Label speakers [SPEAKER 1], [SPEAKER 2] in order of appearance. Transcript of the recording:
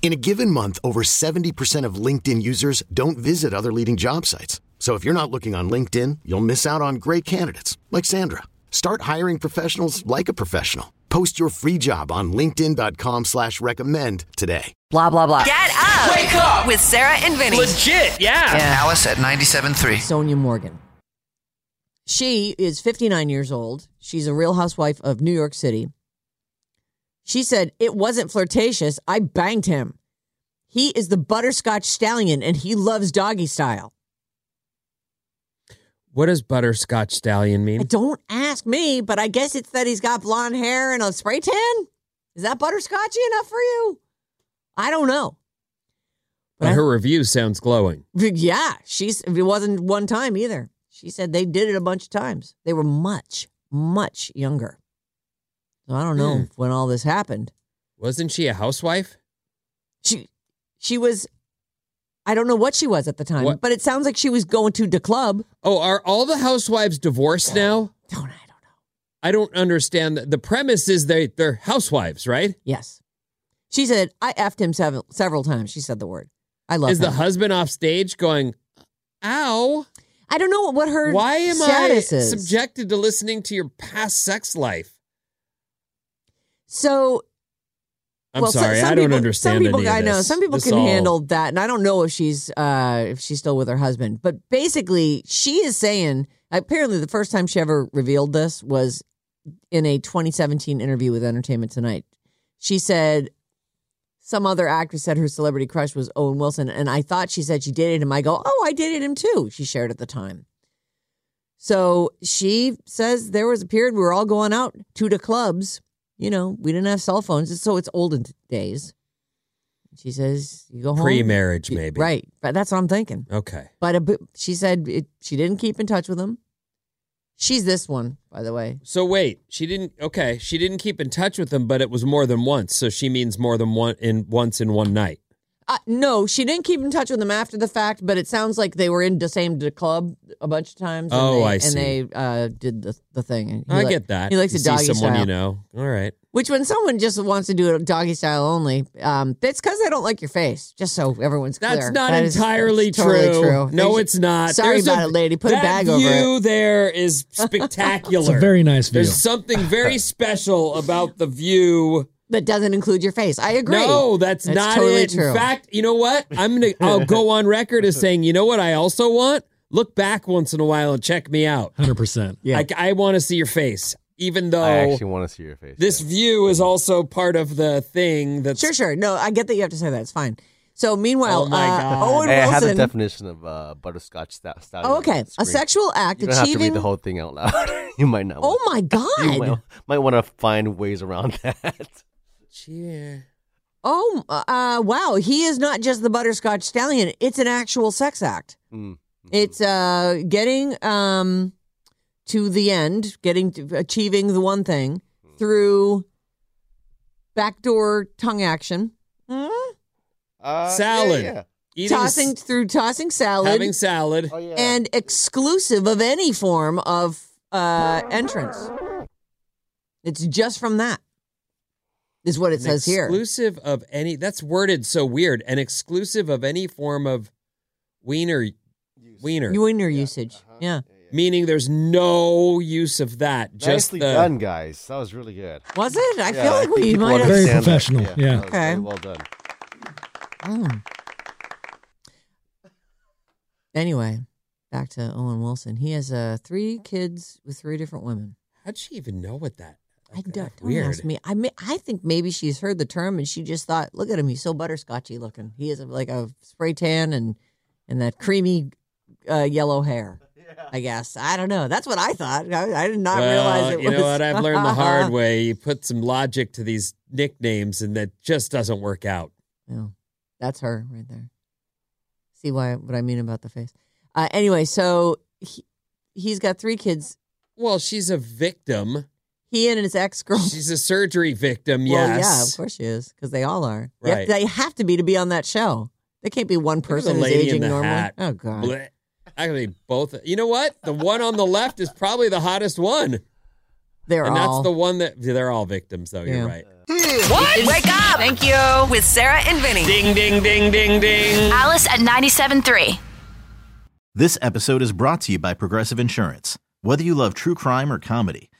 [SPEAKER 1] In a given month, over 70% of LinkedIn users don't visit other leading job sites. So if you're not looking on LinkedIn, you'll miss out on great candidates like Sandra. Start hiring professionals like a professional. Post your free job on linkedin.com slash recommend today.
[SPEAKER 2] Blah, blah, blah.
[SPEAKER 3] Get up! Wake up! With Sarah and Vinny.
[SPEAKER 4] Legit, yeah.
[SPEAKER 5] Alice at 97.3.
[SPEAKER 2] Sonia Morgan. She is 59 years old. She's a real housewife of New York City. She said, It wasn't flirtatious. I banged him. He is the butterscotch stallion and he loves doggy style.
[SPEAKER 4] What does butterscotch stallion
[SPEAKER 2] I
[SPEAKER 4] mean?
[SPEAKER 2] Don't ask me, but I guess it's that he's got blonde hair and a spray tan. Is that butterscotchy enough for you? I don't know.
[SPEAKER 4] But her review sounds glowing.
[SPEAKER 2] Yeah, she's it wasn't one time either. She said they did it a bunch of times. They were much, much younger. So I don't know
[SPEAKER 4] Hmm.
[SPEAKER 2] when all this happened.
[SPEAKER 4] Wasn't she a housewife?
[SPEAKER 2] She she was I don't know what she was at the time,
[SPEAKER 4] What-
[SPEAKER 2] but it sounds like she was going to the club.
[SPEAKER 4] Oh, are all the housewives divorced now?
[SPEAKER 2] Don't I don't know.
[SPEAKER 4] I don't understand. The- The premise is they they're housewives, right?
[SPEAKER 2] Yes. She said, I effed him several several times. She said the word. I love
[SPEAKER 4] Is the
[SPEAKER 2] him.
[SPEAKER 4] husband off stage going, "Ow,
[SPEAKER 2] I don't know what her
[SPEAKER 4] why am I
[SPEAKER 2] status is.
[SPEAKER 4] subjected to listening to your past sex life?"
[SPEAKER 2] so
[SPEAKER 4] I'm
[SPEAKER 2] well, so-
[SPEAKER 4] sorry,
[SPEAKER 2] some
[SPEAKER 4] I don't
[SPEAKER 2] people-
[SPEAKER 4] understand
[SPEAKER 2] Some people,
[SPEAKER 4] any of
[SPEAKER 2] I know,
[SPEAKER 4] this.
[SPEAKER 2] some people
[SPEAKER 4] This
[SPEAKER 2] can
[SPEAKER 4] all-
[SPEAKER 2] handle that, and I don't know if she's uh, if she's still with her husband. But basically, she is saying apparently the first time she ever revealed this was in a 2017 interview with Entertainment Tonight. She said some other actress said her celebrity crush was Owen Wilson, and I thought she said she dated him. I go, oh, I dated him too. She shared at the time. So she says there was a period we were all going out to the clubs. You know, we didn't have cell phones, so it's olden days. She says you go home
[SPEAKER 4] pre-marriage,
[SPEAKER 2] You-
[SPEAKER 4] maybe.
[SPEAKER 2] right? But that's what I'm thinking.
[SPEAKER 4] Okay.
[SPEAKER 2] But a, bit- she said it, she didn't keep in touch with him. She's this one, by the way.
[SPEAKER 4] So wait, she didn't. Okay, she didn't keep in touch with him, but it was more than once. So she means more than one in once in one night.
[SPEAKER 2] Uh, no, she didn't keep in touch with him after the fact, but it sounds like they were in the same d- club a bunch of times. And
[SPEAKER 4] Oh,
[SPEAKER 2] they,
[SPEAKER 4] I
[SPEAKER 2] And
[SPEAKER 4] see.
[SPEAKER 2] they uh, did the, the thing. And he
[SPEAKER 4] I
[SPEAKER 2] li-
[SPEAKER 4] get that.
[SPEAKER 2] He likes
[SPEAKER 4] you
[SPEAKER 2] a doggy
[SPEAKER 4] see someone
[SPEAKER 2] style.
[SPEAKER 4] you know. All right.
[SPEAKER 2] Which, when someone just wants to do it doggy style only, um, it's because they don't like your face. Just so everyone's clear,
[SPEAKER 4] That's not
[SPEAKER 2] That is-
[SPEAKER 4] entirely
[SPEAKER 2] it's totally
[SPEAKER 4] true. No,
[SPEAKER 2] They-
[SPEAKER 4] it's not.
[SPEAKER 2] Sorry
[SPEAKER 4] There's
[SPEAKER 2] about it, lady. Put a
[SPEAKER 4] that
[SPEAKER 2] bag over
[SPEAKER 4] view
[SPEAKER 2] it.
[SPEAKER 4] there is spectacular.
[SPEAKER 6] It's a very nice view.
[SPEAKER 4] There's something very special about the view.
[SPEAKER 2] That doesn't include your face. I agree.
[SPEAKER 4] No, that's,
[SPEAKER 2] That's
[SPEAKER 4] not
[SPEAKER 2] totally
[SPEAKER 4] it.
[SPEAKER 2] true.
[SPEAKER 4] In fact, you know what? I'm gonna. I'll go on record as saying, you know what? I also want look back once in a while and check me out.
[SPEAKER 6] 100%.
[SPEAKER 2] Yeah.
[SPEAKER 4] Like I want to see your face, even though
[SPEAKER 7] I actually want to see your face.
[SPEAKER 4] this view is also part of the thing that's
[SPEAKER 2] Sure, sure. No, I get that you have to say that. It's fine. So, meanwhile,
[SPEAKER 4] Oh, my
[SPEAKER 2] uh,
[SPEAKER 4] God.
[SPEAKER 2] Owen
[SPEAKER 7] Hey, I have the
[SPEAKER 2] Wilson.
[SPEAKER 7] definition of uh, butterscotch sta- style.
[SPEAKER 2] oh, okay. A sexual act
[SPEAKER 7] You don't have to
[SPEAKER 2] achieving.
[SPEAKER 7] read the whole thing out loud. you might not.
[SPEAKER 2] oh my
[SPEAKER 7] want- You
[SPEAKER 2] God.
[SPEAKER 7] might, want to find ways around that.
[SPEAKER 4] Cheer.
[SPEAKER 2] Oh, uh, wow. He is not just the butterscotch stallion. It's an actual sex act.
[SPEAKER 7] Mm.
[SPEAKER 2] It's uh, getting um, to the end, getting to, achieving the one thing
[SPEAKER 7] Mm-hmm.
[SPEAKER 2] through backdoor tongue action, mm
[SPEAKER 7] Mm-hmm. Uh, yeah,
[SPEAKER 4] Salad.
[SPEAKER 7] yeah.
[SPEAKER 4] Eating s-
[SPEAKER 2] tossing through tossing salad,
[SPEAKER 4] having salad.
[SPEAKER 7] Oh yeah.
[SPEAKER 2] and exclusive of any form of uh,
[SPEAKER 7] Uh-huh.
[SPEAKER 2] entrance. It's just from that, is what it
[SPEAKER 4] An
[SPEAKER 2] says here.
[SPEAKER 4] exclusive of any that's worded so weird an exclusive of any form of wiener wiener
[SPEAKER 2] You win your usage.
[SPEAKER 7] Uh-huh.
[SPEAKER 2] Yeah.
[SPEAKER 4] meaning there's no use of that just
[SPEAKER 7] Nicely
[SPEAKER 4] the
[SPEAKER 7] done, guys. That was really good.
[SPEAKER 2] Was it? I
[SPEAKER 7] Yeah,
[SPEAKER 2] feel like
[SPEAKER 7] think
[SPEAKER 2] we
[SPEAKER 7] people
[SPEAKER 2] might have.
[SPEAKER 6] Very
[SPEAKER 7] understand that.
[SPEAKER 6] professional, yeah.
[SPEAKER 7] that was
[SPEAKER 2] Okay.
[SPEAKER 7] really well done.
[SPEAKER 2] Mm. Anyway, back to Owen Wilson. He has uh, three kids with three different women.
[SPEAKER 4] how'd she even know what that
[SPEAKER 2] I don't, don't
[SPEAKER 4] Weird.
[SPEAKER 2] ask me. I may, I think maybe she's heard the term and she just thought, look at him, he's so butterscotchy looking. He is like a spray tan and and that creamy uh, yellow hair. I guess I don't know. That's what I thought. I, I did not realize it
[SPEAKER 4] you
[SPEAKER 2] was.
[SPEAKER 4] know what? I've learned the hard way. You put some logic to these nicknames, and that just doesn't work out.
[SPEAKER 2] Yeah, that's her right there. See why what I mean about the face. Uh, anyway, so he, he's got three kids.
[SPEAKER 4] Well, she's a victim.
[SPEAKER 2] He and his ex girl.
[SPEAKER 4] She's a surgery victim.
[SPEAKER 2] Well, yeah, of
[SPEAKER 4] Yes.
[SPEAKER 2] course she is because they all are. They have-
[SPEAKER 4] Right.
[SPEAKER 2] They have to be to be on that show. They can't be one
[SPEAKER 4] Look at
[SPEAKER 2] person
[SPEAKER 4] the
[SPEAKER 2] who's
[SPEAKER 4] lady in
[SPEAKER 2] aging
[SPEAKER 4] the
[SPEAKER 2] normally.
[SPEAKER 4] hat.
[SPEAKER 2] Oh god.
[SPEAKER 4] Blech. Actually, both. You know what? The one on the left is probably the hottest one,
[SPEAKER 2] They're
[SPEAKER 4] and
[SPEAKER 2] all
[SPEAKER 4] that's the one that they're all victims, though.
[SPEAKER 2] Yeah.
[SPEAKER 4] You're right.
[SPEAKER 3] What? Wake up! Thank you. With Sarah and Vinny.
[SPEAKER 4] Ding, ding, ding, ding, ding.
[SPEAKER 6] Alice at 97.3.
[SPEAKER 8] This episode is brought to you by Progressive Insurance. Whether you love true crime or comedy,